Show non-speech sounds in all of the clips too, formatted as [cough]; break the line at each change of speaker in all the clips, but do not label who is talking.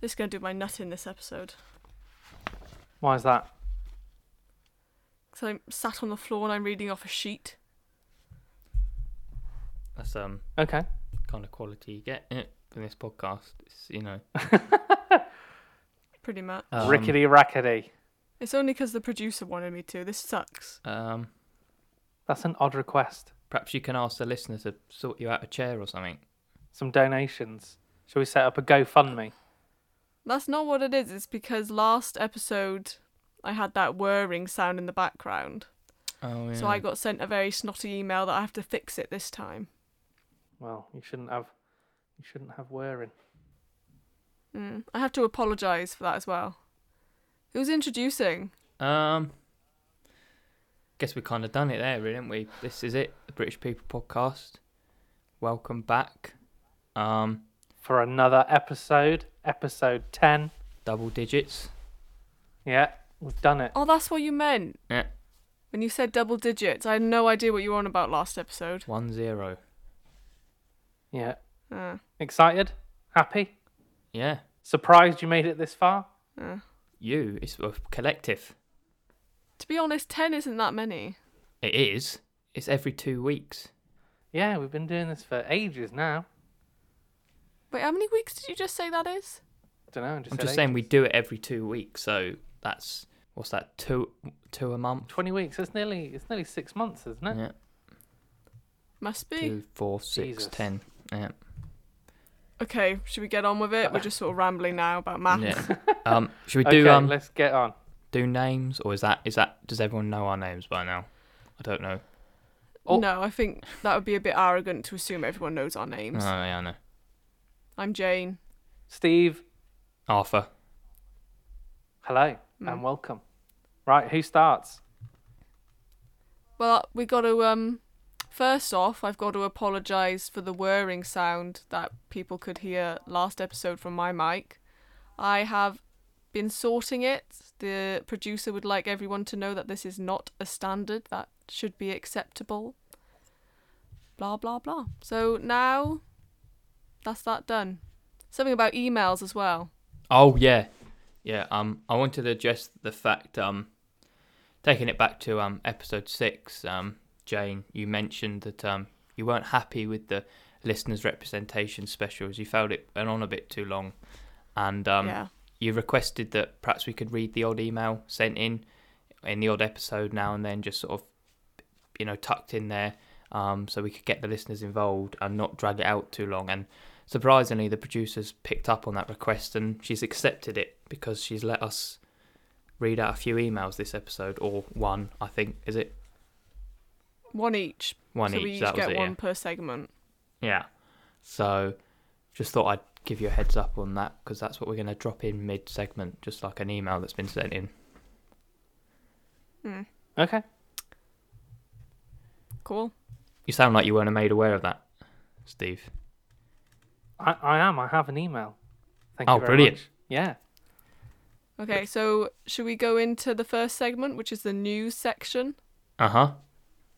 This is going to do my nut in this episode.
Why is that?
Because I'm sat on the floor and I'm reading off a sheet.
That's um
Okay.
kind of quality you get in this podcast. It's, you know,
Pretty much.
um,
Rickety rackety.
It's only because the producer wanted me to. This sucks.
Um,
That's an odd request.
perhaps you can ask the listener to sort you out a chair or something.
Some donations. Shall we set up a GoFundMe?
That's not what it is. It's because last episode I had that whirring sound in the background.
Oh yeah.
So I got sent a very snotty email that I have to fix it this time.
Well, you shouldn't have. You shouldn't have wearing.
Mm. I have to apologise for that as well. Who's introducing?
Um, guess we kind of done it there, really, didn't we? This is it, the British People Podcast. Welcome back. Um,
For another episode, episode ten.
double digits.
Yeah, we've done it.
Oh, that's what you meant.
Yeah,
When you said double digits, I had no idea what you were on about last episode.
one zero.
Yeah.
Uh,
Excited? Happy?
Yeah,
Surprised you made it this far?
uh.
you. It's a collective.
To be honest, 10 isn't that many.
It is. It's every two weeks.
Yeah, we've been doing this for ages now.
Wait, how many weeks did you just say that is?
Don't know. Just
I'm
said
just
ages.
saying we do it every two weeks. So that's what's that? Two, two a month.
Twenty weeks. It's nearly. It's nearly six months, isn't it?
Yeah,
Must be.
two, four, six,
Jesus.
ten. Yeah.
Okay, should we get on with it? We're just sort of rambling now about maths.
yeah. um, should we
Okay,
do um
let's get on.
do names or is that is that does everyone know our names by now? I don't know.
Oh.
No, I think that would be a bit arrogant to assume everyone knows our
Oh
names.
yeah, I know.
I'm Jane.
Steve,
Arthur.
hello and welcome. Right, who starts?
Well, we got to um first off, I've got to apologize for the whirring sound that people could hear last episode from my mic. I have been sorting it. The producer would like everyone to know that this is not a standard that should be acceptable. Blah blah blah. So now that's that done. Something about emails as well.
Oh yeah, yeah. Um, I wanted to address the fact. Um, taking it back to um episode six. Um, Jane, you mentioned that um you weren't happy with the listeners' representation specials. You felt it went on a bit too long, and um
yeah.
you requested that perhaps we could read the odd email sent in in the odd episode now and then, just sort of you know tucked in there, um, so we could get the listeners involved and not drag it out too long. And surprisingly, the producers picked up on that request and she's accepted it because she's let us read out a few emails this episode or one, I think, is it
One each.
one
so
each?
we each
that was
get
it.
one
yeah.
per segment.
Yeah. So just thought I'd give you a heads up on that because that's what we're going to drop in mid segment, just like an email that's been sent in.
Okay.
Cool.
You sound like you weren't made aware of that, Steve.
I, I am. I have an email. Thank
Oh,
you. Very
brilliant.
Much. Yeah.
Okay, so should we go into the first segment, which is the news section?
Uh huh.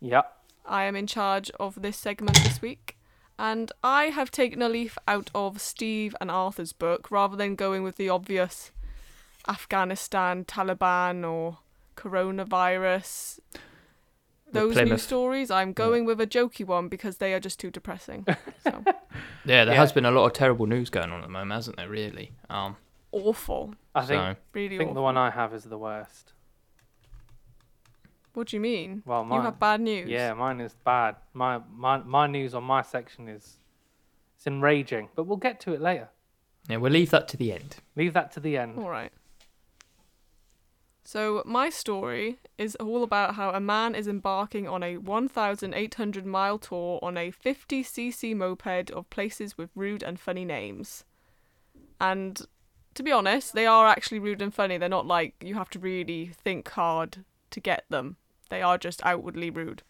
Yeah.
I am in charge of this segment this week, and I have taken a leaf out of Steve and Arthur's book rather than going with the obvious Afghanistan, Taliban, or coronavirus. Those
Plymouth.
news stories,
Mm.
I'm going with a jokey one because they are just too
[laughs]
depressing. So
Yeah, there
Yeah.
has been a lot of terrible news going on at the moment, hasn't there? Really. Um.
awful,
I think.
so
really
I think
awful.
the one I have is the worst.
What do you mean?
Well,
you
mine.
have bad news.
Yeah, mine is bad. My my my news on my section is it's enraging, but we'll get to it later.
yeah, we'll leave that to the end.
Leave that to the end.
All right. So, my story is all about how a man is embarking on a 1,800 mile tour on a 50cc moped of places with rude and funny names. And to be honest, they are actually rude and funny. They're not like you have to really think hard to get them, they are just outwardly rude.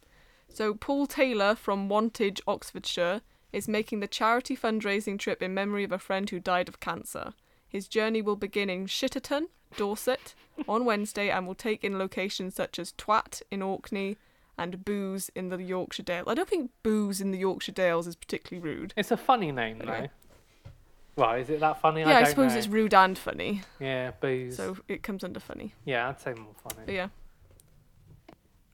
So, Paul Taylor from Wantage, Oxfordshire, is making the charity fundraising trip in memory of a friend who died of cancer. His journey will begin in Shitterton, Dorset, on Wednesday and will take in locations such as Twat in Orkney and Booze in the Yorkshire Dales. I don't think Booze in the Yorkshire Dales is particularly rude.
It's a funny name
Okay.
though. Well, is it that funny?
yeah,
I,
I
don't
suppose
know.
it's rude and funny,
Yeah, bees.
so it comes under funny.
Yeah, I'd say more funny.
But yeah.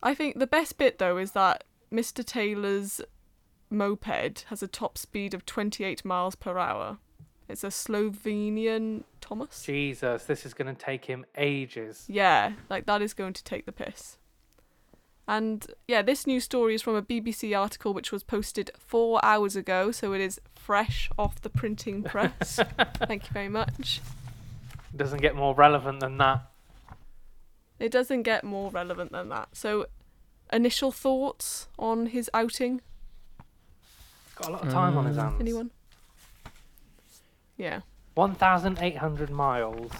I think the best bit though is that Mr. Taylor's moped has a top speed of 28 miles per hour. It's a Slovenian Thomas.
Jesus, this is going to take him ages.
Yeah, like that is going to take the piss. And yeah, this news story is from a BBC article which was posted four hours ago, so it is fresh off the printing
[laughs]
press. Thank you very much.
Doesn't get more relevant than that.
It doesn't get more relevant than that. So, initial thoughts on his outing?
Got a lot of time on his hands.
Mm.
Anyone? Yeah.
1,800 miles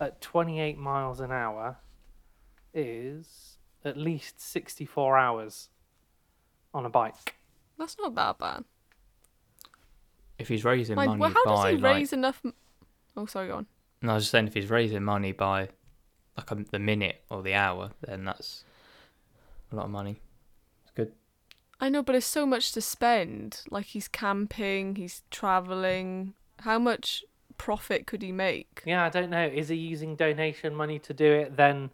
at 28 miles an hour is at least 64 hours on a bike.
That's not that bad.
If he's raising
Mind,
money
well, how does
by
he
like,
raise enough? M- oh, sorry, go on.
no, I was just saying if he's raising money by like a, the minute or the hour, then that's a lot of money. It's good.
I know, but it's so much to spend. Like he's camping, he's traveling. How much profit could he make?
Yeah, I don't know. Is he using donation money to do it, then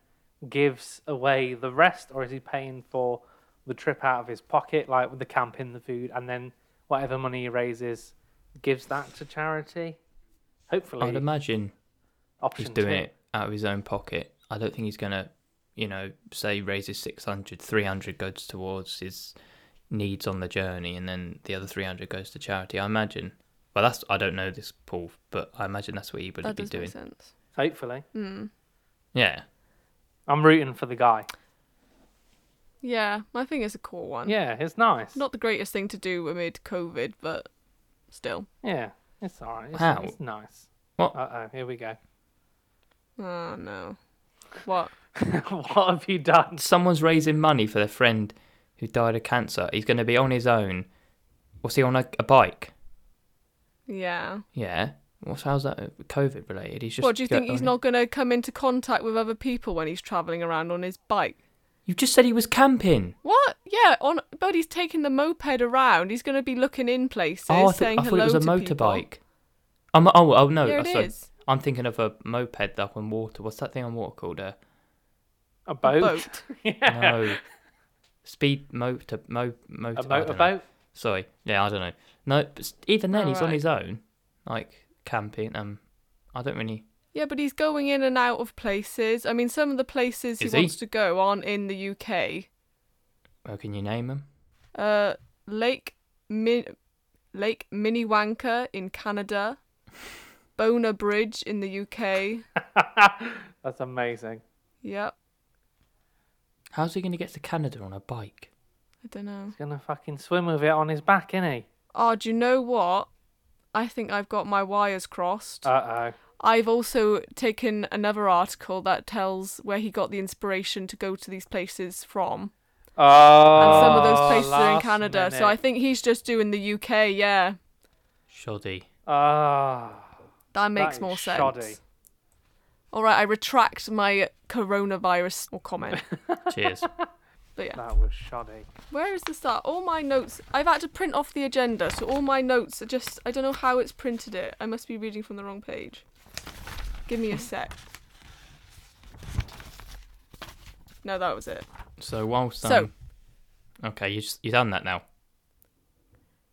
gives away the rest, or is he paying for the trip out of his pocket, like with the camping, the food, and then whatever money he raises, gives that to charity?
I'd
Hopefully,
imagine
option
he's doing
two.
it out of his own pocket. I don't think he's going to, you know, say he raises 600, 300 goes towards his needs on the journey and then the other 300 goes to charity. I imagine. Well, that's, I don't know this, Paul, but I imagine that's what he would
That
be
does make
doing.
sense.
Hopefully,
Mm.
Yeah.
I'm rooting for the guy.
Yeah, I think it's a cool one.
Yeah, it's nice.
Not the greatest thing to do amid COVID, but still.
Yeah, it's alright. It's,
Wow.
it's nice.
What?
Uh oh, here we go. [laughs]
Oh no. What?
what have you done?
Someone's raising money for their friend who died of cancer. He's going to be on his own. What's he on a, a bike?
Yeah.
Yeah. What's how's that uh, COVID related? He's just.
what do you
go-
think? He's
on-
not going to come into contact with other people when he's traveling around on his bike.
You just said he was camping.
What? Yeah, on but he's taking the moped around. He's going to be looking in places,
Oh, I, thought-
saying
I thought
hello
it was a
to people.
motorbike. I'm, oh, oh no,
Yeah,
I
it
sorry.
is.
I'm thinking of a moped up on water. What's that thing on water
[laughs]
called? Uh,
A
A
boat?
boat.
[laughs] yeah.
no, speed motor, mo, motor.
A
I
boat. A
don't know.
boat.
Sorry, yeah, I don't know. No, but s- even then, he's on
Alright.
his own, like camping. Um, I don't really.
Yeah, but he's going in and out of places. I mean, some of the places
Is
he
he?
wants to go aren't in the UK.
Well, can you name him?
Uh, Lake Min- Lake Minnewanka in
[laughs]
Canada, Bona Bridge in the UK.
[laughs] That's amazing.
Yep,
How's he going to get to Canada on a bike?
I don't know.
He's gonna fucking swim with it on his back, isn't he?
Oh, do you know what? I think I've got my wires crossed.
Uh oh.
I've also taken another article that tells where he got the inspiration to go to these places from.
Oh.
And some of those places are in
last
Canada. So I
minute.
think he's just doing the UK, yeah.
Shoddy.
Ah.
That
that
makes
is
more sense.
shoddy.
All right, I retract my coronavirus or
[laughs]
comment. [laughs]
Cheers.
But yeah,
That was shoddy.
where is the start? All my notes. I've had to print off the agenda, so all my notes are just. I don't know how it's printed it. I must be reading from the wrong page. Give me a sec. No, that was it.
So whilst um,
So-
okay, you just, you done that now.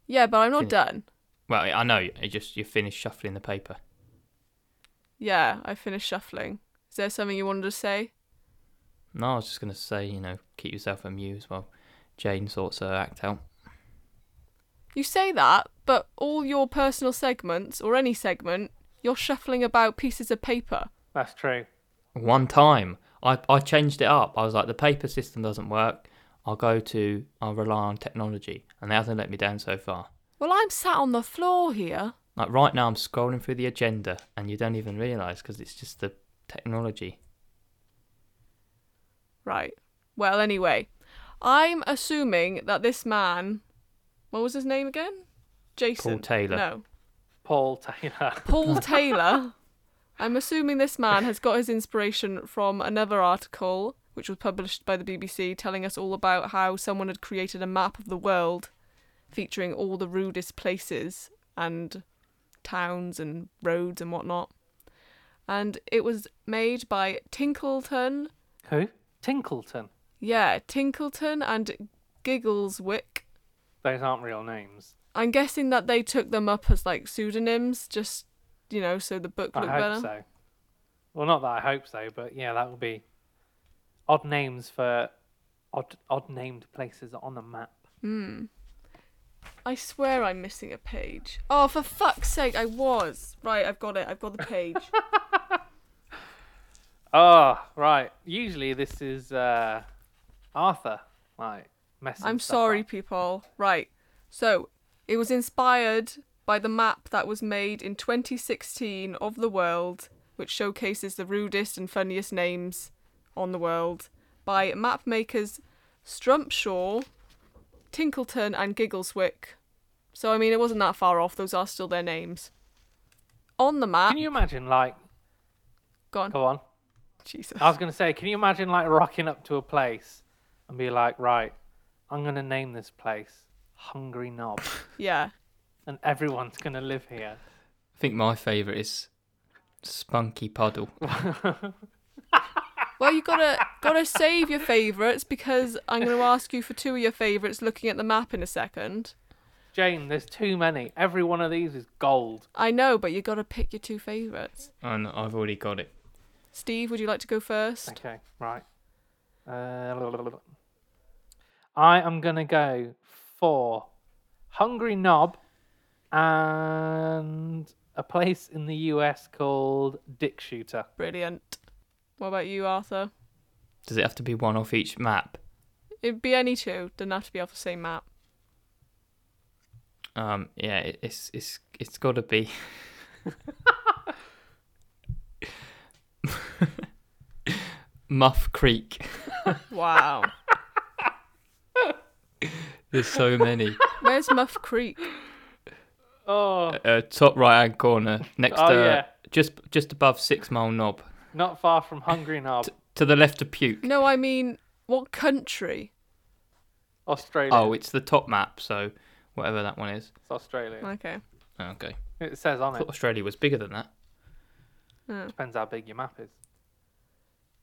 Yeah, but I'm not
Finish.
done.
Well, I know. You just you finished shuffling the paper.
Yeah, I finished shuffling. Is there something you wanted to say?
No, I was just going to say, you know, keep yourself amused while Jane sorts her act out.
You say that, but all your personal segments or any segment, you're shuffling about pieces of paper.
That's true.
One time, I, I changed it up. I was like, the paper system doesn't work. I'll go to, I'll rely on technology. And they hasn't let me down so far.
Well, I'm sat on the floor here.
Like right now, I'm scrolling through the agenda and you don't even realise because it's just the technology.
Right. Well, anyway, I'm assuming that this man, what was his name again? Jason.
Taylor.
No,
Paul Taylor. [laughs]
Paul Taylor. I'm assuming this man has got his inspiration from another article which was published by the BBC telling us all about how someone had created a map of the world featuring all the rudest places and towns and roads and whatnot. And it was made by Tinkleton,
Who? Tinkleton.
yeah, Tinkleton and Giggleswick.
Those aren't real names.
I'm guessing that they took them up as like pseudonyms, just you know, so the book
I
looked
hope
better.
so. Well, not that I hope so, but yeah, that would be odd names for odd odd named places on the map.
I swear I'm missing a page. Oh, for fuck's sake, I was. Right, I've got it. I've got the
[laughs]
page.
Oh, right. Usually this is uh, Arthur, like messing.
I'm
stuff
sorry,
up.
people. Right. So, it was inspired by the map that was made in 2016 of the world, which showcases the rudest and funniest names on the world by map makers Strumpshaw, Tinkleton, and Giggleswick. So, I mean, it wasn't that far off. Those are still their names. On the map.
Can you imagine, like,
Gone.
go on.
Jesus.
I was gonna say, can you imagine, like, rocking up to a place and be like, right, I'm gonna name this place Hungry Knob,
Yeah.
and everyone's gonna live here.
I think my favourite is Spunky Puddle.
Well, you gotta gotta save your favourites because I'm gonna ask you for two of your favourites. Looking at the map in a second,
Jane, there's too many. Every one of these is gold.
I know, but you gotta pick your two favourites.
And I've already got it.
Steve, would you like to go first?
Okay, right. Uh, I am gonna go for Hungry Knob and a place in the US called Dick Shooter.
Brilliant. What about you, Arthur?
Does it have to be one off each map?
It'd be any two. Doesn't have to be off the same map.
Um, yeah, it, it's it's it's got to be. [laughs] Muff Creek.
Wow.
There's so many.
Where's Muff Creek?
Oh,
uh, top right hand corner, next
Oh,
to
yeah.
just just above Six Mile Knob,
not far from Hungry Knob,
to the left of Puke.
No, I mean what country?
Australia.
Oh, it's the top map, so whatever that one is.
it's Australia.
Okay.
Oh, okay,
It says on
I
it.
thought Australia was bigger than that.
Depends how big your map is.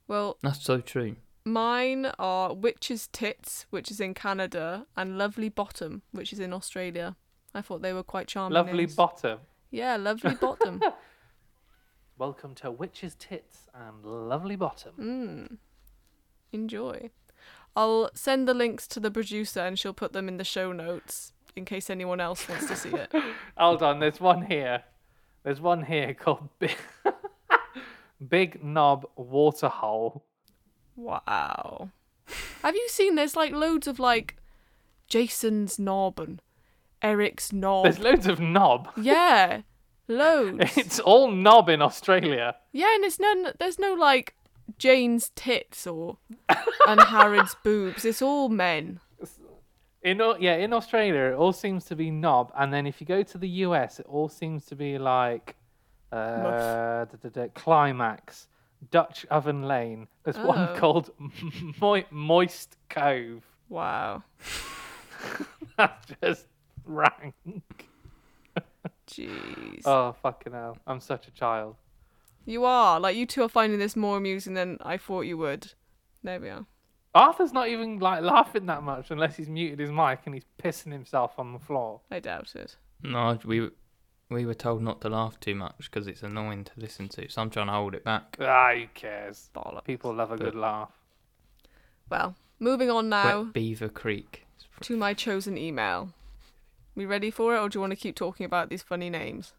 Well,
That's so true.
mine are Witch's Tits, which is in Canada, and Lovely Bottom, which is in Australia. I thought they were quite charming.
Lovely
names.
bottom.
Yeah, lovely bottom.
Welcome to Witch's Tits and Lovely Bottom.
Enjoy. I'll send the links to the producer and she'll put them in the show notes in case anyone else wants to see it.
Hold on, there's one here. There's one here called [laughs] Big, Big Knob Waterhole.
Wow. Have you seen there's like loads of like Jason's knob and Eric's knob?
There's loads of knob. [laughs]
Yeah. Loads.
It's all knob in Australia.
Yeah, and it's none there's no like Jane's tits or and Harrod's boobs. It's all men.
In Au- yeah, in Australia, it all seems to be knob, and then if you go to the US, it all seems to be like uh, da, da, da, climax, Dutch Oven Lane. There's
Oh.
one called [laughs] Mo- Moist Cove. [laughs]
Wow.
That's just rank.
Jeez.
Oh fucking hell! I'm such a child.
You are. Like you two are finding this more amusing than I thought you would. There we are.
Arthur's not even like laughing that much unless he's muted his mic and he's pissing himself on the floor.
I doubt it.
No, we we were told not to laugh too much because it's annoying to listen to. So I'm trying to hold it back.
Ah, who cares?
Bollocks.
People love a good laugh.
Well, moving on now
Wet Beaver Creek. It's pr-
to my chosen email. We ready for it, or do you want to keep talking about these funny names?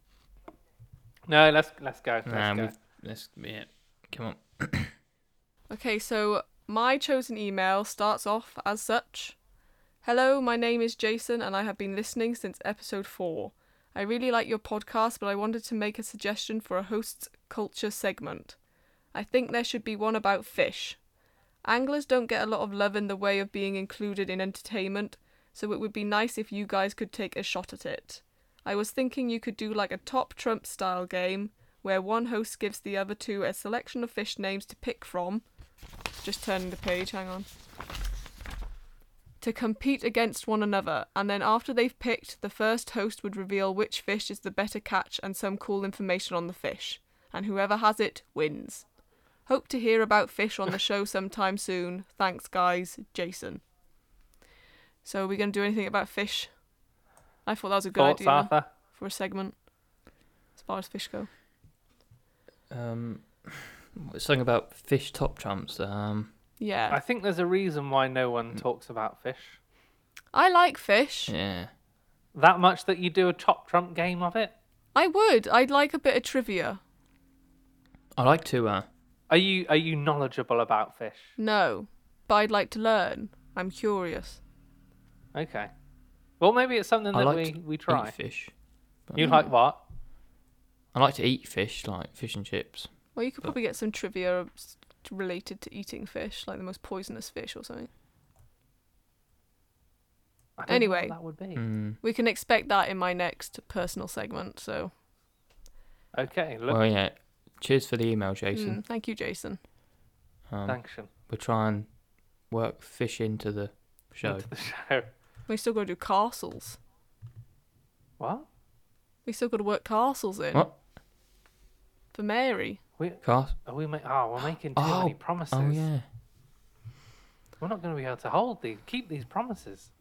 No, let's let's go. Let's
Nah,
go.
we've- let's yeah. Come on.
Okay, so my chosen email starts off as such Hello, my name is Jason, and I have been listening since episode 4. I really like your podcast, but I wanted to make a suggestion for a host's culture segment. I think there should be one about fish. Anglers don't get a lot of love in the way of being included in entertainment, so it would be nice if you guys could take a shot at it. I was thinking you could do like a top trump style game where one host gives the other two a selection of fish names to pick from. Just turning the page, hang on. to compete against one another, and then after they've picked, the first host would reveal which fish is the better catch and some cool information on the fish, and whoever has it wins. Hope to hear about fish on the show sometime soon. Thanks, guys. Jason. So, are we going to do anything about fish? I thought that was a good
Thoughts,
idea
Arthur?
for a segment, as far as fish go.
Um, [sighs] something about fish top trumps. Um,
Yeah.
I think there's a reason why no one
mm.
talks about fish.
I like fish.
yeah.
That much that you do a top trump game of it.
I would. I'd like a bit of trivia.
I like to. Uh,
Are you are you knowledgeable about fish?
No, but I'd like to learn. I'm curious.
Okay. Well, maybe it's something
I
that
like
we
to
we try.
eat fish.
You like what?
I like to eat fish, like fish and chips.
Well, you could probably get some trivia s- related to eating fish, like the most poisonous fish or something.
I don't know what
Anyway.
that would be
Mm.
We can expect that in my next personal segment. So,
okay. Look,
Well, yeah. Cheers for the email, Jason.
Mm, thank you, Jason.
Um,
thanks. Shin,
we'll try and work fish into the show.
into the [laughs] show.
We still got to do castles.
What?
We still got to work castles in
What?
for Mary.
We
Cast?
are we make? Oh,
[gasps]
we're making too
Oh.
many promises.
Oh yeah.
We're not going to be able to hold these. Keep these promises.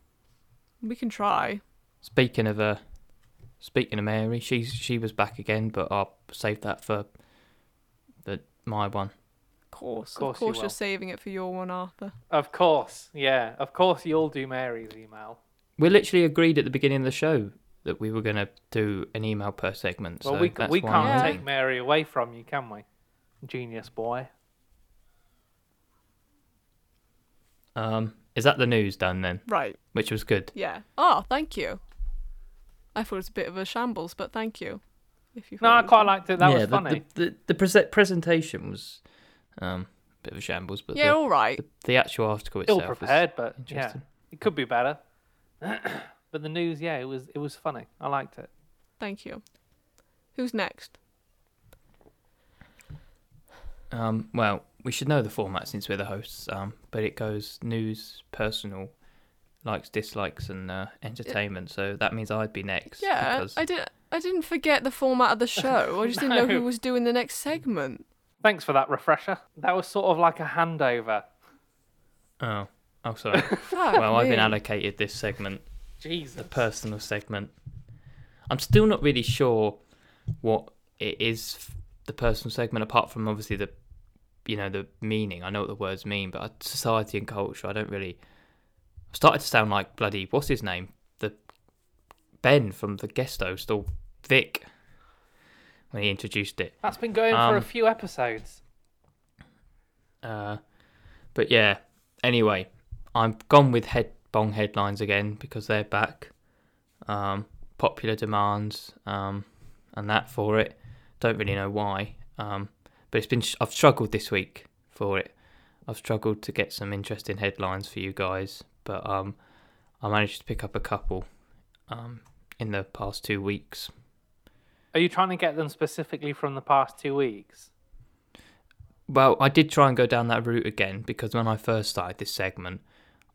We can try.
Speaking of uh, speaking of Mary, she's she was back again, but I'll save that for the my one.
Of course, of course,
course you
you are
will.
saving it for your one, Arthur.
Of course, yeah. Of course, you'll do Mary's email.
We literally agreed at the beginning of the show that we were gonna do an email per segment.
Well,
so
we c-
that's
we
why
can't
I'm-
Yeah.
take Mary away from you, can we? Genius boy.
Um, is that the news done then?
Right.
Which was good.
Yeah. Oh, thank you. I thought it was a bit of a shambles, but thank you. If you
No,
thought
I
it was-
quite liked it. That
yeah,
was
the,
funny.
The the, the prese- presentation was um a bit of a shambles, but
Yeah,
the,
all right.
the, the actual article itself
Ill
was
prepared, but yeah,
interesting.
it could be better. [clears throat] but the news, yeah, it was it was funny. I liked it.
Thank you. Who's next?
Um, well, we should know the format since we're the hosts. Um, but it goes news, personal, likes, dislikes, and uh, entertainment. So that means I'd be next.
Yeah,
because
I did. I didn't forget the format of the show. I just didn't know who
No.
was doing the next segment.
Thanks for that refresher. That was sort of like a handover.
oh,
[laughs]
oh, sorry.
Fuck
well, I've been
me.
allocated this segment,
Jesus.
the personal segment. I'm still not really sure what it is f- the personal segment, apart from obviously the, you know, the meaning. I know what the words mean, but uh, society and culture. I don't really. I've started to sound like bloody what's his name, the Ben from the guest host or Vic when he introduced it.
That's been going for a
Um,
few episodes.
Uh, but yeah. Anyway, I'm gone with head bong headlines again because they're back. Um, popular demands um, and that for it. Don't really know why. Um, but it's been I've struggled this week for it. I've struggled to get some interesting headlines for you guys, but um, I managed to pick up a couple um, in the past two weeks.
Are you trying to get them specifically from the past two weeks?
Well, I did try and go down that route again because when I first started this segment,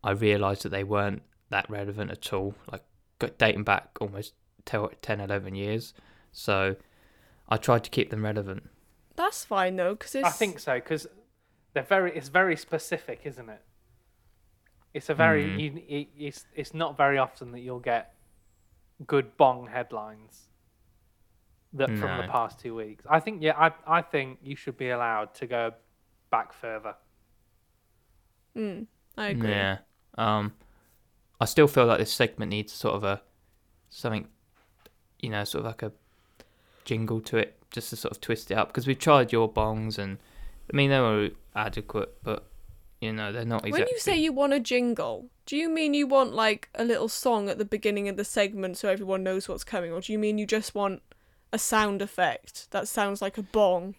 I realised that they weren't that relevant at all, like go- dating back almost te- 10, 11 years. So I tried to keep them relevant.
That's fine though, because it's.
I think so because they're very. It's very specific, isn't it? It's a very.
Mm.
You, it, it's it's not very often that you'll get good bong headlines that from the
No.
past two weeks. I think yeah. I I think you should be allowed to go back further.
Mm, I agree.
Yeah. Um, I still feel like this segment needs sort of a something, you know, sort of like a jingle to it, just to sort of twist it up. Because we've tried your bongs, and I mean they were adequate, but you know they're not exactly.
When you say you want a jingle, do you mean you want like a little song at the beginning of the segment so everyone knows what's coming, or do you mean you just want a sound effect that sounds like a bong?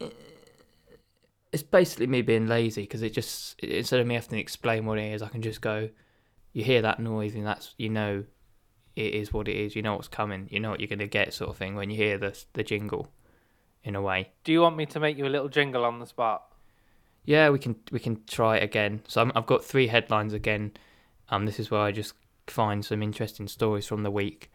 it's basically me being lazy because it just i- instead of me having to explain what it is, I can just go. You hear that noise, and that's you know, it is what it is. You know what's coming. You know what you're gonna get, sort of thing. When you hear the the jingle, in a way.
Do you want me to make you a little jingle on the spot?
Yeah, we can we can try it again. So I'm, I've got three headlines again, Um, this is where I just find some interesting stories from the week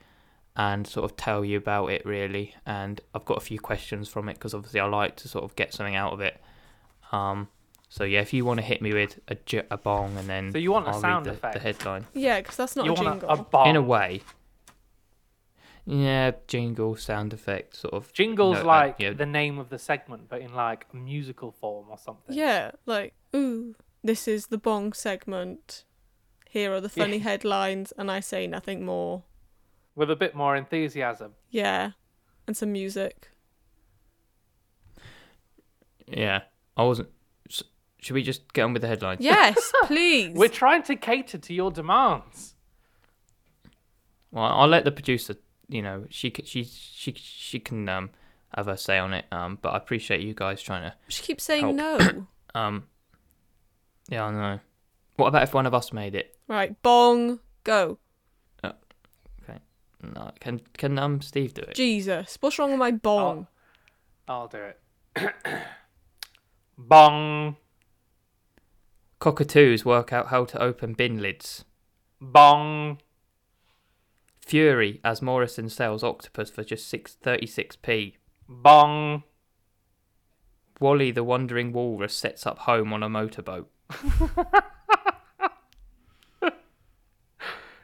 and sort of tell you about it really. And I've got a few questions from it because obviously I like to sort of get something out of it. Um, so yeah, if you want to hit me with a, j- a bong and then
So you want a
I'll read
sound
the,
effect?
the headline
Yeah, because that's not
you
a
want
jingle.
a, a bar.
in a way. Yeah, jingle sound effect sort of
Jingle's
no, uh,
like
yeah.
the name of the segment, but in like a musical form or something.
yeah, like ooh, this is the bong segment. Here are the funny
Yeah.
headlines, and I say nothing more.
With a bit more enthusiasm.
Yeah, and some music.
Yeah, I wasn't. s- Should we just get on with the headline?
Yes, please.
We're trying to cater to your demands.
Well, I'll let the producer. You know, she c- she she she can um have her say on it. Um, but I appreciate you guys trying to.
She keeps saying
Help.
no. [clears throat]
Um, yeah, I know. What about if one of us made it?
right, bong, go.
No, can can um Steve do it?
Jesus, what's wrong with my bong?
Uh, I'll do it. [coughs] bong,
Cockatoos work out how to open bin lids.
bong,
Fury as Morrison sells octopus for just six thirty six p.
bong.
Wally the wandering walrus sets up home on a motorboat.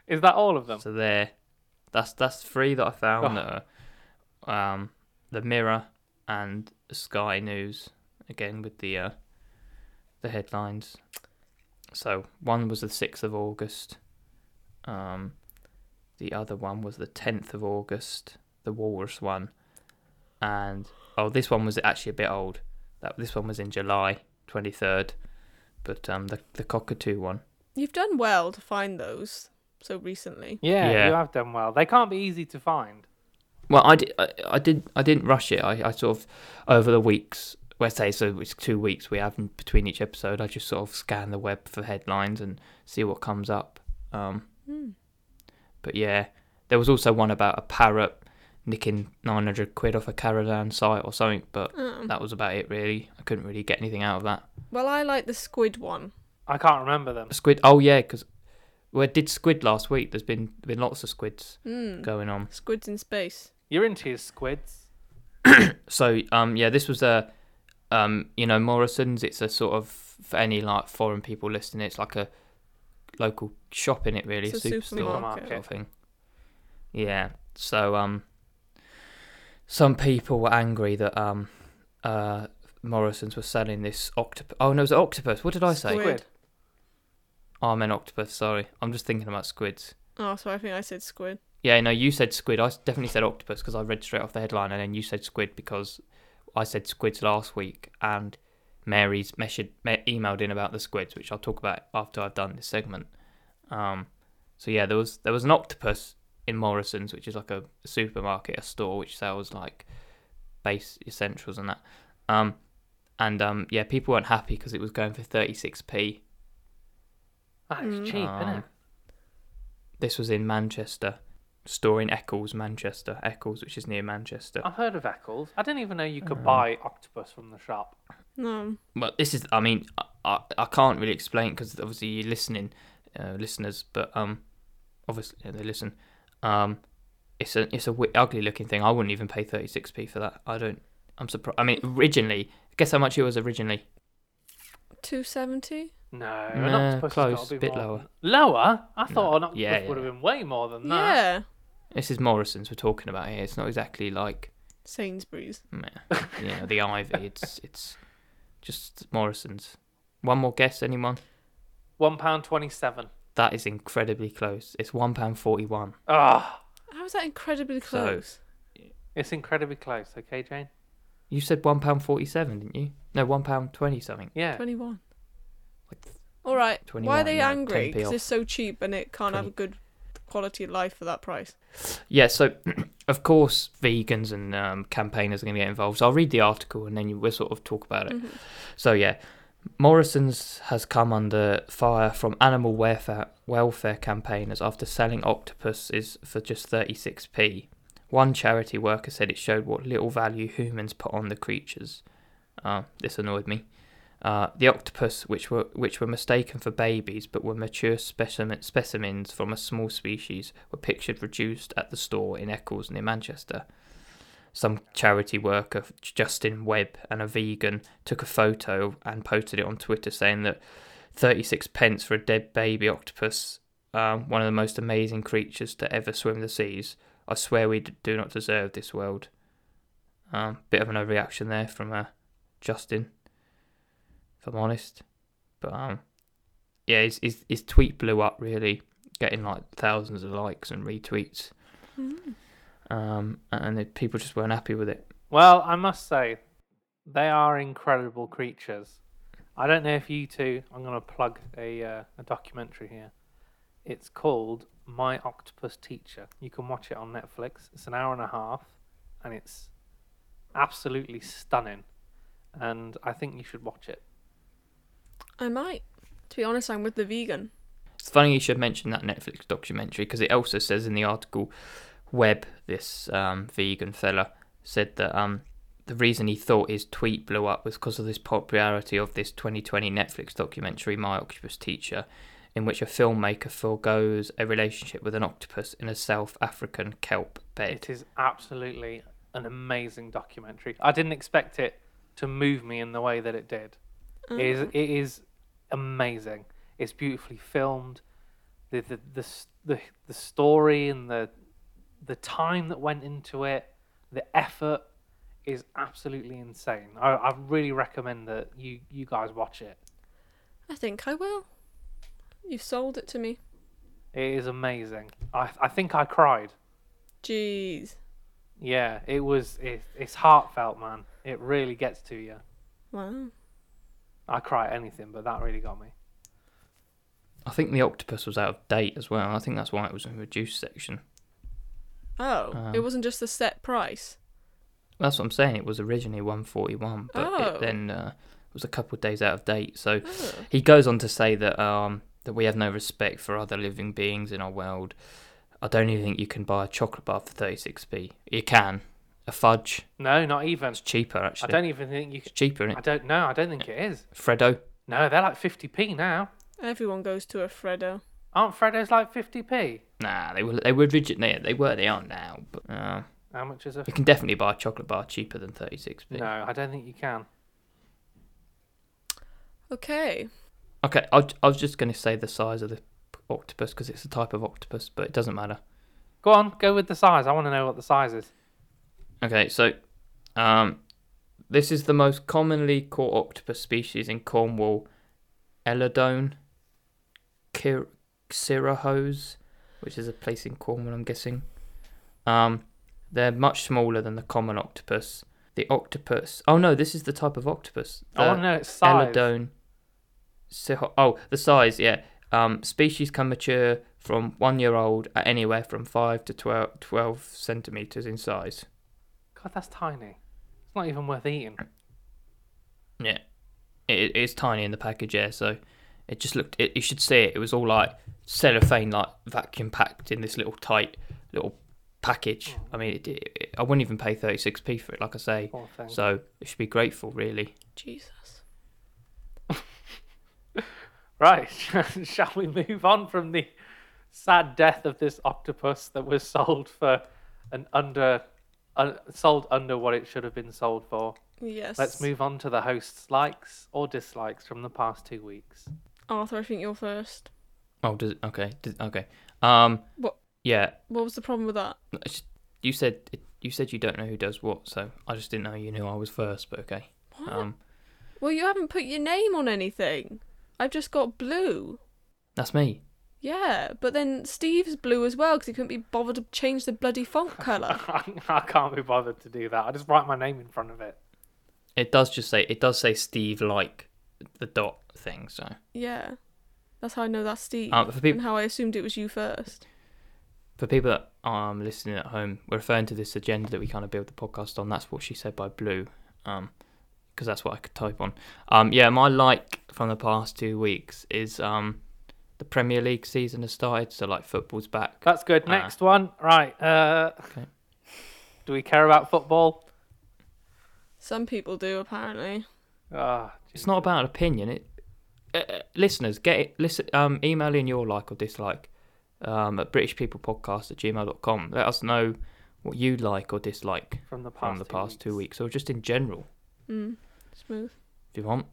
Is that all of them? Oh.
So there, that's that's three that I found that are, um, the Mirror and Sky News again with the uh, the headlines. So one was the sixth of August, um, the other one was the tenth of August, the Walrus one, and oh, this one was actually a bit old. That this one was in July twenty third, but um, the the cockatoo one.
You've done well to find those so recently.
Yeah,
Yeah.
you have done well. They can't be easy to find.
Well, I did. I, I did. I didn't rush it. I, I sort of over the weeks. Let's say so. It's two weeks we have in between each episode. I just sort of scan the web for headlines and see what comes up. Um,
Hmm.
but yeah, there was also one about a parrot nicking nine hundred quid off a caravan site or something. But
Um,
that was about it really. I couldn't really get anything out of that.
well, I like the squid one.
I can't remember them.
Squid. Oh yeah, because we did squid last week. There's been been lots of squids
Mm.
going on.
Squids in space.
You're into your squids.
So um yeah, this was a um you know Morrison's. It's a sort of for any like foreign people listening, it's like a local shop in it really,
It's a
superstore
supermarket.
sort of thing. Yeah. So um some people were angry that um uh Morrison's was selling this octopus. Oh no, it was an octopus. What did I say?
Squid.
Squid.
Oh, I meant octopus. Sorry, I'm just thinking about squids.
Oh, sorry, I think I said squid.
Yeah, no, you said squid. I s- definitely said octopus because I read straight off the headline, and then you said squid because I said squids last week, and Mary's measured, me- emailed in about the squids, which I'll talk about after I've done this segment. Um, so yeah, there was there was an octopus in Morrison's, which is like a supermarket, a store which sells like base essentials and that. Um, and um, yeah, people weren't happy because it was going for thirty six p.
That's
Mm.
cheap, isn't
Um,
it?
This was in Manchester, store in Eccles, Manchester. Eccles, which is near Manchester.
I've heard of Eccles. I didn't even know you
Uh,
could buy octopus from the shop.
No.
But this is, I mean, I, I, I can't really explain because obviously you're listening, uh, listeners, but um, obviously yeah, they listen. Um, it's a it's a w- ugly looking thing. I wouldn't even pay 36p for that. I don't. I'm surprised. I mean, originally, guess how much it was originally?
270?
No, an
Nah,
octopus has
close,
got to be
bit
more
lower.
than- Lower? I thought
No.
an octopus
Yeah,
would have
yeah.
been way more than that.
Yeah.
This is Morrison's we're talking about here. It's not exactly like
Sainsbury's.
meh, you know the Ivy. It's it's just Morrison's. One more guess, anyone?
One pound twenty-seven.
That is incredibly close. It's one pound forty-one.
Ah,
How is that incredibly close?
it's incredibly close. Okay, Jane.
You said one pound forty-seven, didn't you? No, one pound twenty something.
Yeah.
21.
Like th-
All right. Why are
21,
they
yeah,
angry?
10p
Because it's so cheap and it can't have a
20.
good quality of life for that price.
Yeah, so of course vegans and um, campaigners are going to get involved. So I'll read the article and then you- we'll sort of talk about it.
Mhm.
So yeah, Morrison's has come under fire from animal welfare welfare campaigners after selling octopuses for just 36p. One charity worker said it showed what little value humans put on the creatures. Uh, Ah, this annoyed me. Uh, the octopus, which were which were mistaken for babies but were mature specimen, specimens from a small species, were pictured reduced at the store in Eccles near Manchester. Some charity worker, Justin Webb, and a vegan took a photo and posted it on Twitter saying that 36 pence for a dead baby octopus, um, one of the most amazing creatures to ever swim the seas. I swear we d- do not deserve this world. Um, bit of an overreaction there from uh, Justin, if I'm honest. But um, yeah, his, his, his tweet blew up really, getting like thousands of likes and retweets.
Mm-hmm.
Um, and the people just weren't happy with it.
Well, I must say, they are incredible creatures. I don't know if you two. I'm going to plug a uh, a documentary here. It's called My Octopus Teacher. You can watch it on Netflix. It's an hour and a half, and it's absolutely stunning. And I think you should watch it.
I might. To be honest, I'm with the vegan.
It's funny you should mention that Netflix documentary because it also says in the article, Webb, this um, vegan fella, said that um, the reason he thought his tweet blew up was because of this popularity of this 2020 Netflix documentary, My Octopus Teacher, in which a filmmaker foregoes a relationship with an octopus in a South African kelp bed.
It is absolutely an amazing documentary. I didn't expect it to move me in the way that it did.
Um,
It is it is amazing. It's beautifully filmed. The the the s- the, the story and the the time that went into it, the effort is absolutely insane. I, I really recommend that you you guys watch it.
I think I will. You sold it to me.
It is amazing. I I think I cried.
Jeez.
Yeah, it was it, it's heartfelt, man. It really gets to you.
Wow.
I cry at anything, but that really got me.
I think the octopus was out of date as well. I think that's why it was in a reduced section.
Oh, it
Uh-huh.
Um,
wasn't just the set price.
That's what I'm saying. It was originally 141, but
Oh.
it then uh, was a couple of days out of date. So
Oh.
he goes on to say that um, that we have no respect for other living beings in our world. I don't even think you can buy a chocolate bar for 36p. You can. A fudge.
No, not even.
It's cheaper,
I
actually.
don't even think you. c
It's cheaper, is
I don't know. I don't think it is.
Freddo.
No, they're like 50p now.
[gasps] Everyone goes to a Freddo.
Aren't Freddo's like 50p?
Nah, they were they were rigid. They, they were they are now, but uh,
How much is a?
you can definitely buy a chocolate bar cheaper than 36p.
No, I don't think you can.
Okay.
Okay, I, I was just going to say the size of the octopus because it's a type of octopus, but it doesn't matter.
Go on, go with the size. I want to know what the size is.
Okay, so um, this is the most commonly caught octopus species in Cornwall, Elodone, Kir- Cirahose, which is a place in Cornwall, I'm guessing. Um, they're much smaller than the common octopus. The octopus. Oh no, this is the type of octopus.
I
The-
want to know its size.
Elodone. Siho- oh, the size, yeah. Um, species can mature from one year old at anywhere from 5 to 12, 12 centimetres in size.
God, that's tiny. It's not even worth eating.
Yeah. It, it's tiny in the package, yeah, so it just looked, it, you should see it. It was all like cellophane, like vacuum packed in this little tight little package.
Oh.
I mean, it, it, I wouldn't even pay 36p for it, like I say.
Poor
Oh.
thing.
So you should be grateful, really.
Jesus.
Right, [laughs] shall we move on from the sad death of this octopus that was sold for an under, un, sold under what it should have been sold for?
Yes.
Let's move on to the host's likes or dislikes from the past two weeks. [laughs]
Arthur, I think you're first.
Oh, does, okay, does, okay. Um,
What-
Yeah,
What was the problem with that?
I just- You said you said you don't know who does what, so I just didn't know you knew I was first. But okay.
What?
Oh,
Um,
Well, you haven't put your name on anything. I've just got blue.
that's me.
Yeah, but then Steve's blue as well because he couldn't be bothered to change the bloody font colour.
[laughs] I can't be bothered to do that. I just write my name in front of it.
It does just say it does say Steve like the dot thing. So
yeah. That's how I know that's Steve.
um, for people
and how I assumed it was you first.
for people that are um, listening at home, we're referring to this agenda that we kind of build the podcast on. That's what she said by blue, um, because that's what I could type on. Um, yeah, my like from the past two weeks is um, the Premier League season has started, so like football's back.
That's good.
Ah.
Next one. Right. Uh,
Okay.
Do we care about football?
Some people do, apparently.
Ah,
It's not about an opinion. It uh, uh, listeners get it. Listen, um, email in your like or dislike um, at britishpeoplepodcast at gmail.com. Let us know what you like or dislike
from the past
from the
two
past two weeks or just in general
Mm, smooth.
if you want.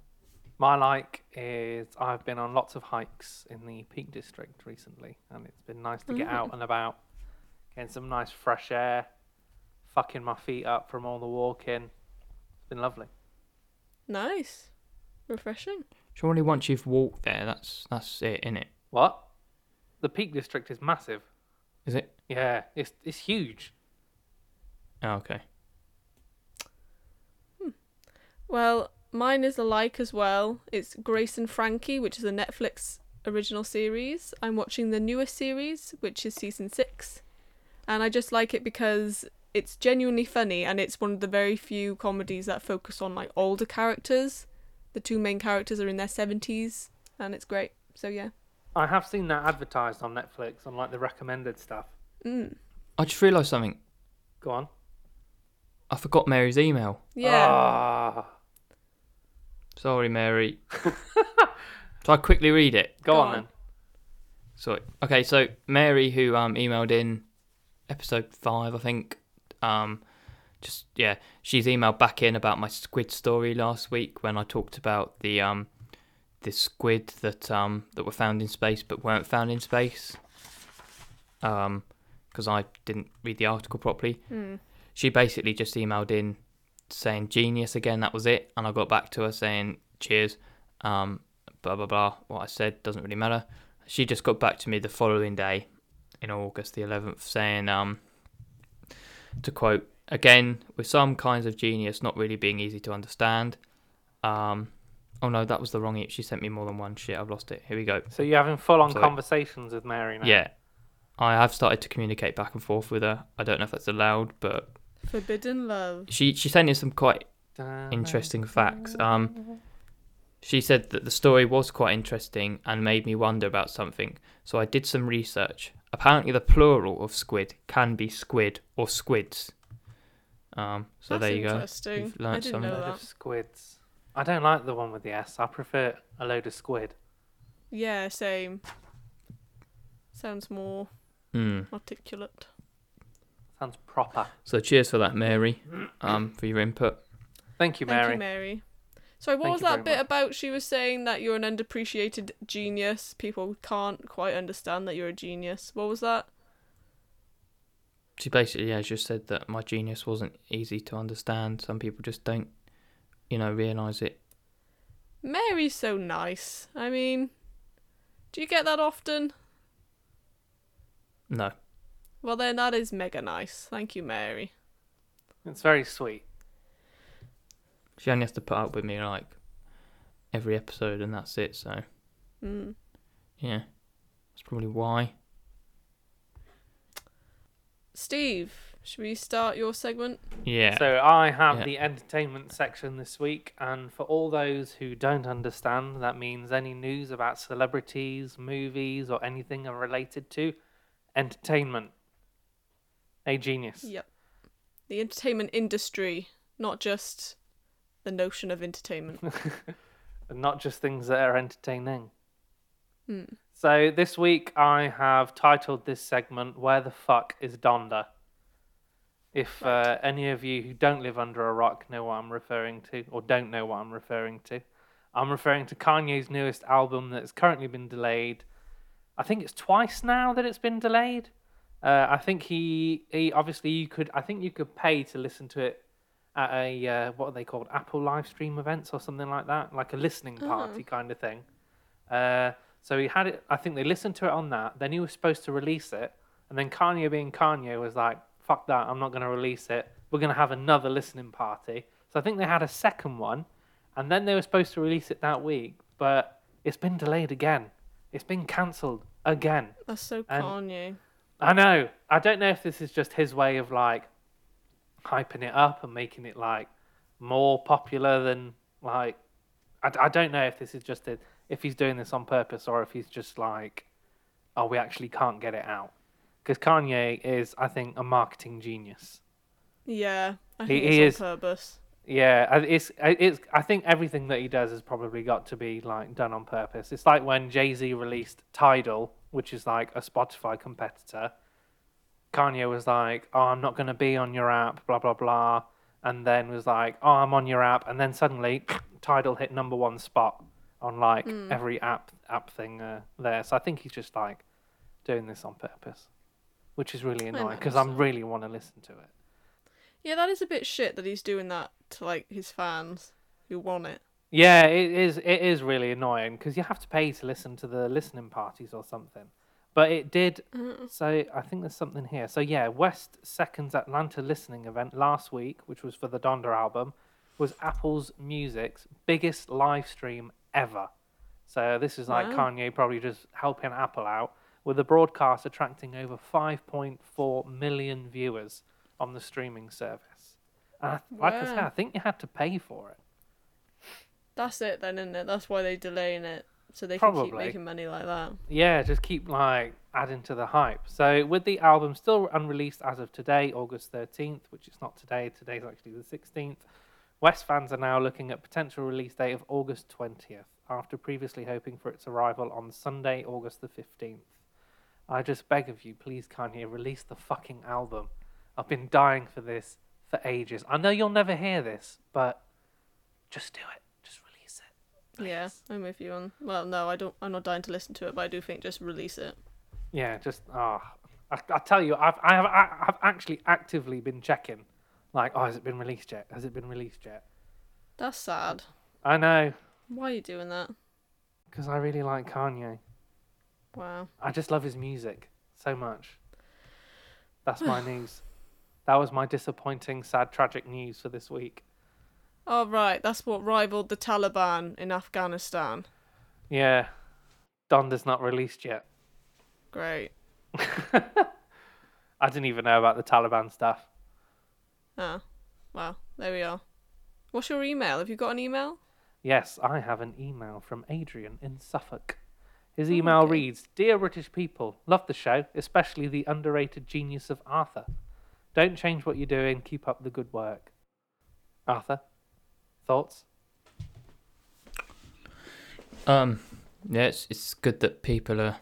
My like is I've been on lots of hikes in the Peak District recently, and it's been nice to get out
[laughs]
and about, getting some nice fresh air, fucking my feet up from all the walking. It's been lovely.
Nice. Refreshing.
Surely once you've walked there, that's that's it, innit?
What? The Peak District is massive.
Is it?
Yeah, it's it's huge.
Oh, okay.
Well, mine is a like as well. It's Grace and Frankie, which is a Netflix original series. I'm watching the newest series, which is season six. And I just like it because it's genuinely funny and it's one of the very few comedies that focus on like older characters. The two main characters are in their 70s and it's great. So, yeah.
I have seen that advertised on Netflix on like the recommended stuff.
Mm.
I just realised something.
Go on.
I forgot Mary's email.
Yeah.
Ah,
Sorry, Mary. so I quickly read it.
go,
Go
on,
on.
then.
Sorry. Okay, so Mary, who um emailed in episode five, I think, um, just yeah, she's emailed back in about my squid story last week when I talked about the um the squid that um that were found in space but weren't found in space. Um, because I didn't read the article properly.
Mm.
She basically just emailed in saying genius again. That was it, and I got back to her saying cheers. Um, blah blah blah. What I said doesn't really matter she just got back to me the following day in August the 11th saying um to quote again with some kinds of genius not really being easy to understand um oh no that was the wrong e- she sent me more than one shit I've lost it here we go
So you're having full on
Sorry.
conversations with Mary now.
yeah I have started to communicate back and forth with her I don't know if that's allowed but
Forbidden Love.
she she sent in some quite
Dun,
interesting facts. Um, she said that the story was quite interesting and made me wonder about something, so I did some research. Apparently, the plural of squid can be squid or squids. Um, so
That's
there you go.
interesting.
You've learnt
I didn't
something.
know
load
that.
of squids. I don't like the one with the S. I prefer a load of squid.
Yeah, same. Sounds more
Hmm.
articulate.
Sounds proper.
So cheers for that, Mary, um, for your input.
Thank you,
Thank
Mary.
you, Mary. Sorry, what
Thank
was
you
that
very
bit
much.
about? She was saying that you're an underappreciated genius. People can't quite understand that you're a genius. What was that?
She basically yeah, just said that my genius wasn't easy to understand. Some people just don't, you know, realise it.
Mary's so nice. I mean, do you get that often?
No.
Well, then that is mega nice. Thank you, Mary.
It's very sweet.
She only has to put up with me like every episode, and that's it. So
Mm.
yeah, that's probably why.
Steve, should we start your segment?
Yeah.
So I have
Yeah.
the entertainment section this week, and for all those who don't understand, that means any news about celebrities, movies, or anything related to entertainment. A genius.
Yep. The entertainment industry, not just the notion of
[laughs]
entertainment.
and not just things that are entertaining.
Hmm.
So this week I have titled this segment "Where the fuck is Donda?" If uh, any of you who don't live under a rock know what I'm referring to, or don't know what I'm referring to, I'm referring to Kanye's newest album that's currently been delayed. I think it's twice now that it's been delayed. Uh, I think he, he obviously you could I think you could pay to listen to it at a uh, what are they called Apple live stream events or something like that, like a listening party kind of thing. Uh, so he had it. I think they listened to it on that. Then he was supposed to release it, and then Kanye, being Kanye, was like, "Fuck that! I'm not going to release it. We're going to have another listening party." So I think they had a second one, and then they were supposed to release it that week, but it's been delayed again. It's been cancelled again.
That's so
And-
Kanye.
I know. I don't know if this is just his way of like hyping it up and making it like more popular than like. I, I don't know if this is just a, if he's doing this on purpose or if he's just like, oh, we actually can't get it out. Because Kanye is, I think, a marketing genius.
Yeah, I
He-
think
he
it's on purpose.
Yeah, I- it's I- it's. I think everything that he does has probably got to be like done on purpose. It's like when Jay Z released Tidal, which is like a Spotify competitor. Kanye was like, "Oh, I'm not gonna be on your app," blah blah blah, and then was like, "Oh, I'm on your app," and then suddenly [clears throat] Tidal hit number one spot on like every app app thing uh, there. So I think he's just like doing this on purpose, which is really annoying because I
understand.
really want to listen to it.
Yeah, that is a bit shit that he's doing that to like his fans who want it.
Yeah, it is. It is really annoying because you have to pay to listen to the listening parties or something. But it did.
Mm.
So I think there's something here. So yeah, West Seconds Atlanta listening event last week, which was for the Donda album, was Apple's Music's biggest live stream ever. So this is like
Wow.
Kanye probably just helping Apple out with the broadcast attracting over 5.4 million viewers on the streaming service. And I, like I said,
Wow.
I think you had to pay for it.
That's it then, isn't it? That's why they're delaying it so they can keep
Probably.
making money like that.
yeah, just keep like adding to the hype. So with the album still unreleased as of today, August 13th, which is not today, today's actually the 16th. West fans are now looking at potential release date of August 20th after previously hoping for its arrival on Sunday, August the 15th. I just beg of you, please Kanye, release the fucking album. I've been dying for this for ages. I know you'll never hear this, but just do it. Just release it.
Yeah, I'm with you on. Well, no, I don't. I'm not dying to listen to it, but I do think just release it.
Yeah, just ah, I, I tell you, I've I have I- I've actually actively been checking, like, oh, has it been released yet? Has it been released yet?
That's sad.
I know,
Why are you doing that?
because I really like Kanye.
Wow.
I just love his music so much. That's my news. That was my disappointing, sad, tragic news for this week.
Oh right, that's what rivaled the Taliban in Afghanistan.
Yeah, Donda's not released yet. [laughs]
Great.
I didn't even know about the Taliban stuff.
Ah, well, there we are. What's your email? Have you got an email?
Yes, I have an email from Adrian in Suffolk. His email reads Dear British people, love the show, especially the underrated genius of Arthur. Don't change what you're doing, keep up the good work. Arthur, thoughts?
Um, yeah, it's, it's good that people are,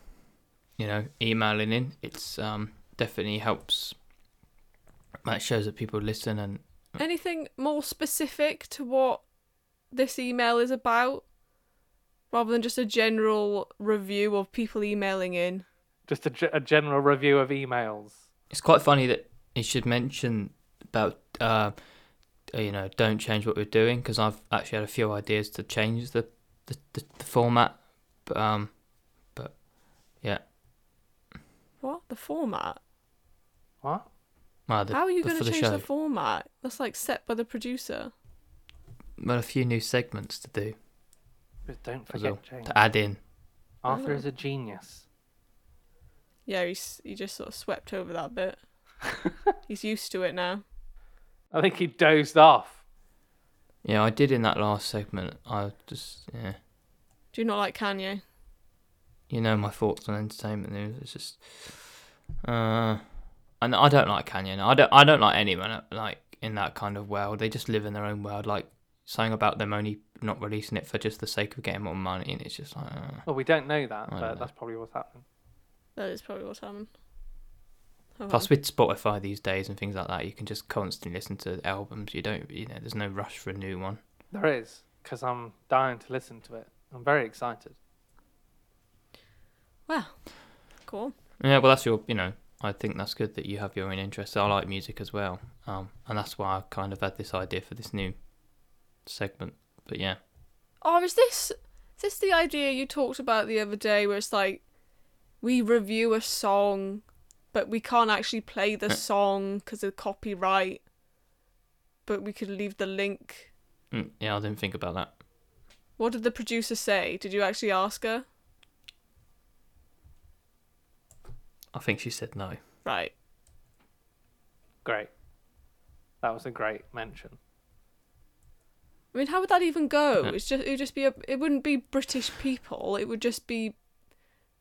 you know, emailing in. It's um definitely helps. That shows that people listen and
Anything more specific to what this email is about? Rather than just a general review of people emailing in.
Just a, ge- a general review of emails.
it's quite funny that he should mention about uh, you know don't change what we're doing because I've actually had a few ideas to change the the, the, the format, but um, but yeah,
What? The format?
What?
well, the,
How are you
the-
going
for
to
the
change
show?
the format? That's like set by the producer.
well, a few new segments to do
But don't
as
forget
well,
James.
to add in.
Arthur is a genius.
Yeah, he's, he just sort of swept over that
[laughs]
bit. he's used to it now.
I think he dozed off.
Yeah, I did in that last segment. I just yeah,
Do you not like Kanye?
you know my thoughts on entertainment news. It's just uh, and I don't like Kanye. no. I don't. I don't like anyone uh, like in that kind of world. They just live in their own world. Like something about them only not releasing it for just the sake of getting more money, and it's just like uh,
Well, we don't know that,
I don't
but
know.
that's probably what's happening.
That is probably what's happened. Oh, well.
plus with Spotify these days and things like that, you can just constantly listen to albums. You don't. You know, there's no rush for a new one.
There is, because I'm dying to listen to it. I'm very excited.
Well, cool.
Yeah, well, that's your, you know, I think that's good that you have your own interests. I like music as well, um, and that's why I kind of had this idea for this new segment. But yeah,
Oh, is this is this the idea you talked about the other day, where it's like we review a song, but we can't actually play the song because of copyright, but we could leave the link.
Mm, yeah, I didn't think about that.
What did the producer say? Did you actually ask her?
I think she said no.
Right.
Great. That was a great mention.
I mean, how would that even go?
Yeah.
It's just it would just be a, it wouldn't be British people. It would just be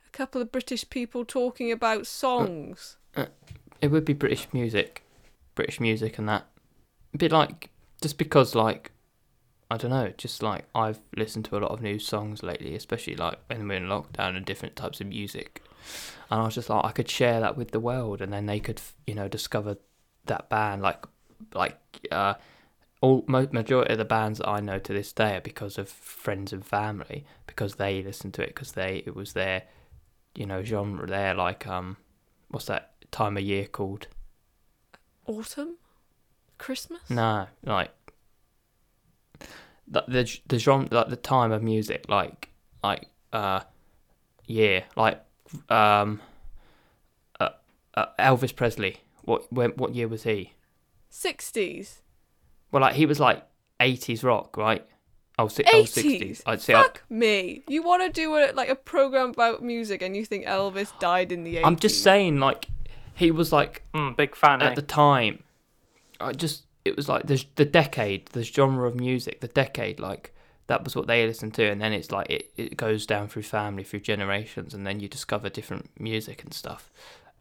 a couple of British people talking about songs.
It would be British music, British music, and that a bit like just because like I don't know, just like I've listened to a lot of new songs lately, especially like when we're in lockdown and different types of music, and I was just like I could share that with the world, and then they could you know discover that band like like uh all mo- majority of the bands that I know to this day are because of friends and family because they listened to it because they it was their you know genre their like um what's that time of year called
Autumn? Christmas?
no, like the the, the genre, like the time of music, like like uh, yeah, like um, uh, uh, Elvis Presley. What when what year was he?
60s?
Well, like he was like eighties rock, right? Oh, si- oh
80s?
60s. I'd say.
Fuck me. You want to do a, like a program about music and you think Elvis died in the 80s?
I, I'm just saying, like he was like
Mm, big fan. eh?
at the time, I just it was like the the decade, the genre of music, the decade, like that was what they listened to, and then it's like it, it goes down through family, through generations, and then you discover different music and stuff.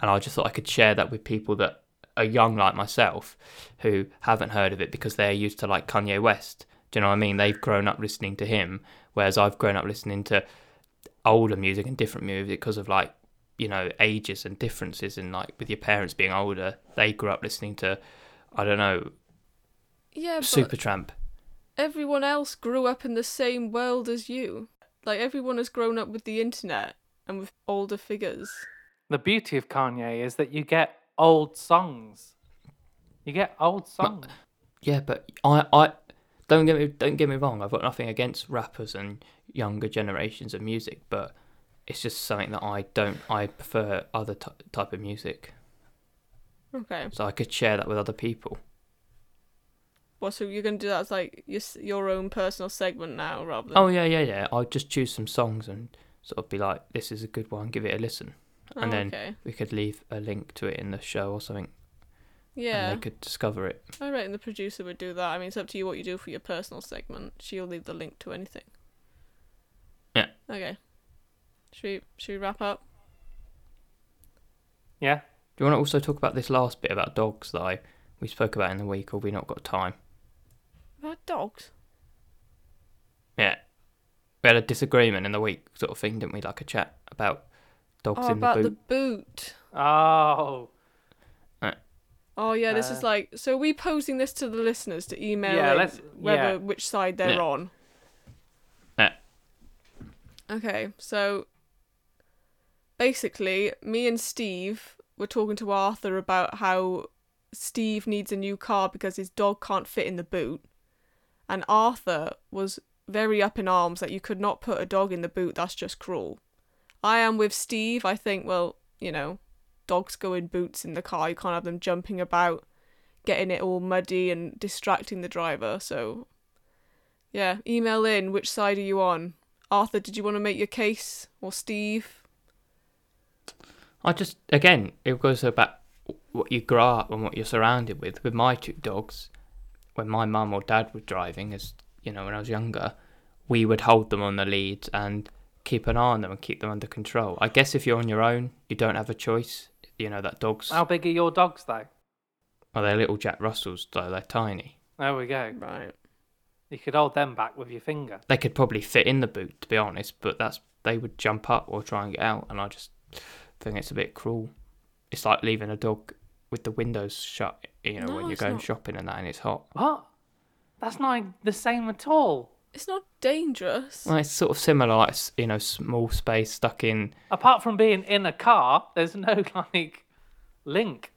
And I just thought I could share that with people that are young like myself, who haven't heard of it because they're used to like Kanye West. Do you know what I mean? They've grown up listening to him, whereas I've grown up listening to older music and different music because of like you know ages and differences and like with your parents being older they grew up listening to i don't know
Yeah, but
supertramp
everyone else grew up in the same world as you. Like, everyone has grown up with the internet and with older figures.
the beauty of Kanye is that you get old songs. You get old songs.
yeah but i i don't get me don't get me wrong i've got nothing against rappers and younger generations of music but it's just something that i don't i prefer other ty type of music
Okay.
so i could share that with other people
Well, so you're going to do that as, like, your, s- your own personal segment now rather than.
oh yeah yeah yeah i'll just choose some songs and sort of be like this is a good one give it a listen
Oh,
and then-
Okay.
we could leave a link to it in the show or something
Yeah.
and they could discover it
I reckon the producer would do that. I mean, it's up to you what you do for your personal segment. She'll leave the link to anything.
Yeah.
Okay. Should we, should we wrap up?
Yeah.
Do you want to also talk about this last bit about dogs that I, we spoke about in the week, or we not got time?
About dogs?
Yeah, we had a disagreement in the week, sort of thing, didn't we? Like a chat about dogs
oh,
in
about
the
the
boot.
boot.
Oh.
Oh, yeah, this is
Uh,
like. So, are we posing this to the listeners to email
Yeah,
in
let's-
whether
yeah.
which side they're
Yeah.
on?
Yeah.
Okay, so basically, me and Steve were talking to Arthur about how Steve needs a new car because his dog can't fit in the boot. And Arthur was very up in arms that you could not put a dog in the boot, that's just cruel. I am with Steve. I think, well, you know, dogs go in boots in the car. You can't have them jumping about, getting it all muddy and distracting the driver. So, yeah, email in. Which side are you on? Arthur, did you want to make your case? Or Steve?
I just again, it goes about what you grow up and what you're surrounded with. With my two dogs, when my mum or dad were driving, as you know, when I was younger, we would hold them on the lead and keep an eye on them and keep them under control. I guess if you're on your own, you don't have a choice. You know that dogs.
How big are your dogs, though?
Well, they're little Jack Russells, though. They're tiny.
There we go.
Right.
You could hold them back with your finger.
They could probably fit in the boot, to be honest, but that's they would jump up or try and get out, and I just think it's a bit cruel. It's like leaving a dog with the windows shut, you know,
No,
when you're
it's
going
not.
shopping and that, and it's hot.
What? That's not e-, the same at all.
It's not dangerous.
Well, it's sort of similar, like s- you know, small space stuck in.
Apart from being in a car, there's no [laughs] like link.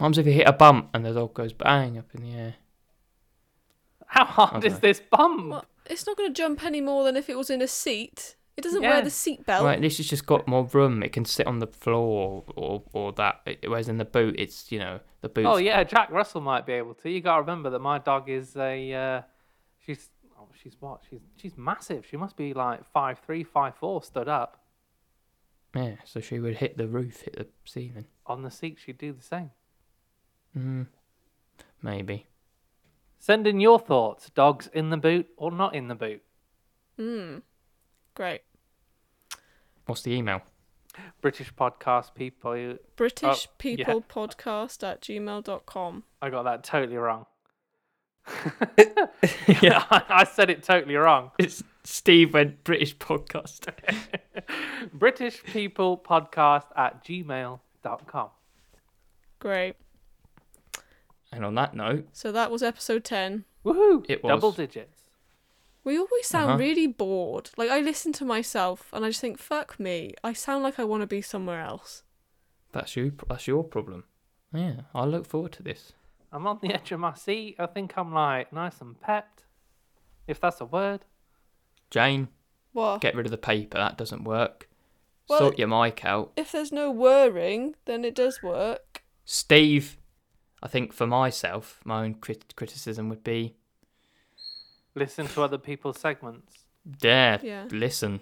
Mums, if you hit a bump and the dog goes bang up in the air,
How hard
Okay.
is this bum?
Well, it's not going to jump any more than if it was in a seat. It doesn't
Yeah.
wear the seatbelt.
well, at least it's just got more room. It can sit on the floor or or, or that. It- Whereas in the boot, it's you know the boot.
Oh yeah, Jack Russell might be able to. You gotta remember that my dog is a. Uh, she's oh, she's what? She's she's massive. She must be like five three, five four, stood up.
yeah. So she would hit the roof, hit the ceiling.
On the seat, she'd do the same.
Mm, maybe.
Send in your thoughts. Dogs in the boot or not in the boot?
Mm. Great.
What's the email?
British podcast people.
British
Oh, yeah.
People Podcast at gmail.com.
[laughs]
I got that totally wrong. yeah, I, [laughs] I said it totally wrong.
It's Steve went British podcaster.
British People Podcast at gmail.com.
Great.
And on that note,
So that was episode 10.
Woohoo!
It
Double
was.
digits.
We always sound
Uh-huh.
really bored. Like, I listen to myself and I just think, fuck me. I sound like I want to be somewhere else.
that's you. That's your problem. Yeah, I look forward to this.
I'm on the edge of my seat. I think I'm like nice and pepped, if that's a word.
Jane,
What?
get rid of the paper. That doesn't work.
Well-
sort your mic out.
If there's no whirring, then it does work.
Steve, I think for myself, my own crit- criticism would be,
Listen to other people's segments.
yeah,
Yeah.
listen.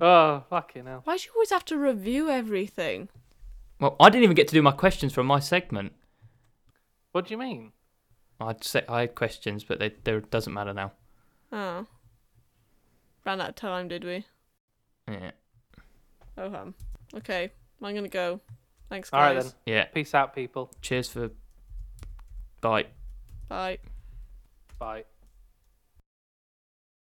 Oh, fucking hell.
Why do you always have to review everything?
Well, I didn't even get to do my questions from my segment.
What do you mean?
I'd say I had questions, but they, they doesn't matter now.
Oh. Ran out of time, did we?
Yeah,
Oh, hum. Okay, I'm going to go. Thanks,
All right,
guys.
then.
yeah.
Peace out, people.
Cheers for. Bye.
Bye.
Bye.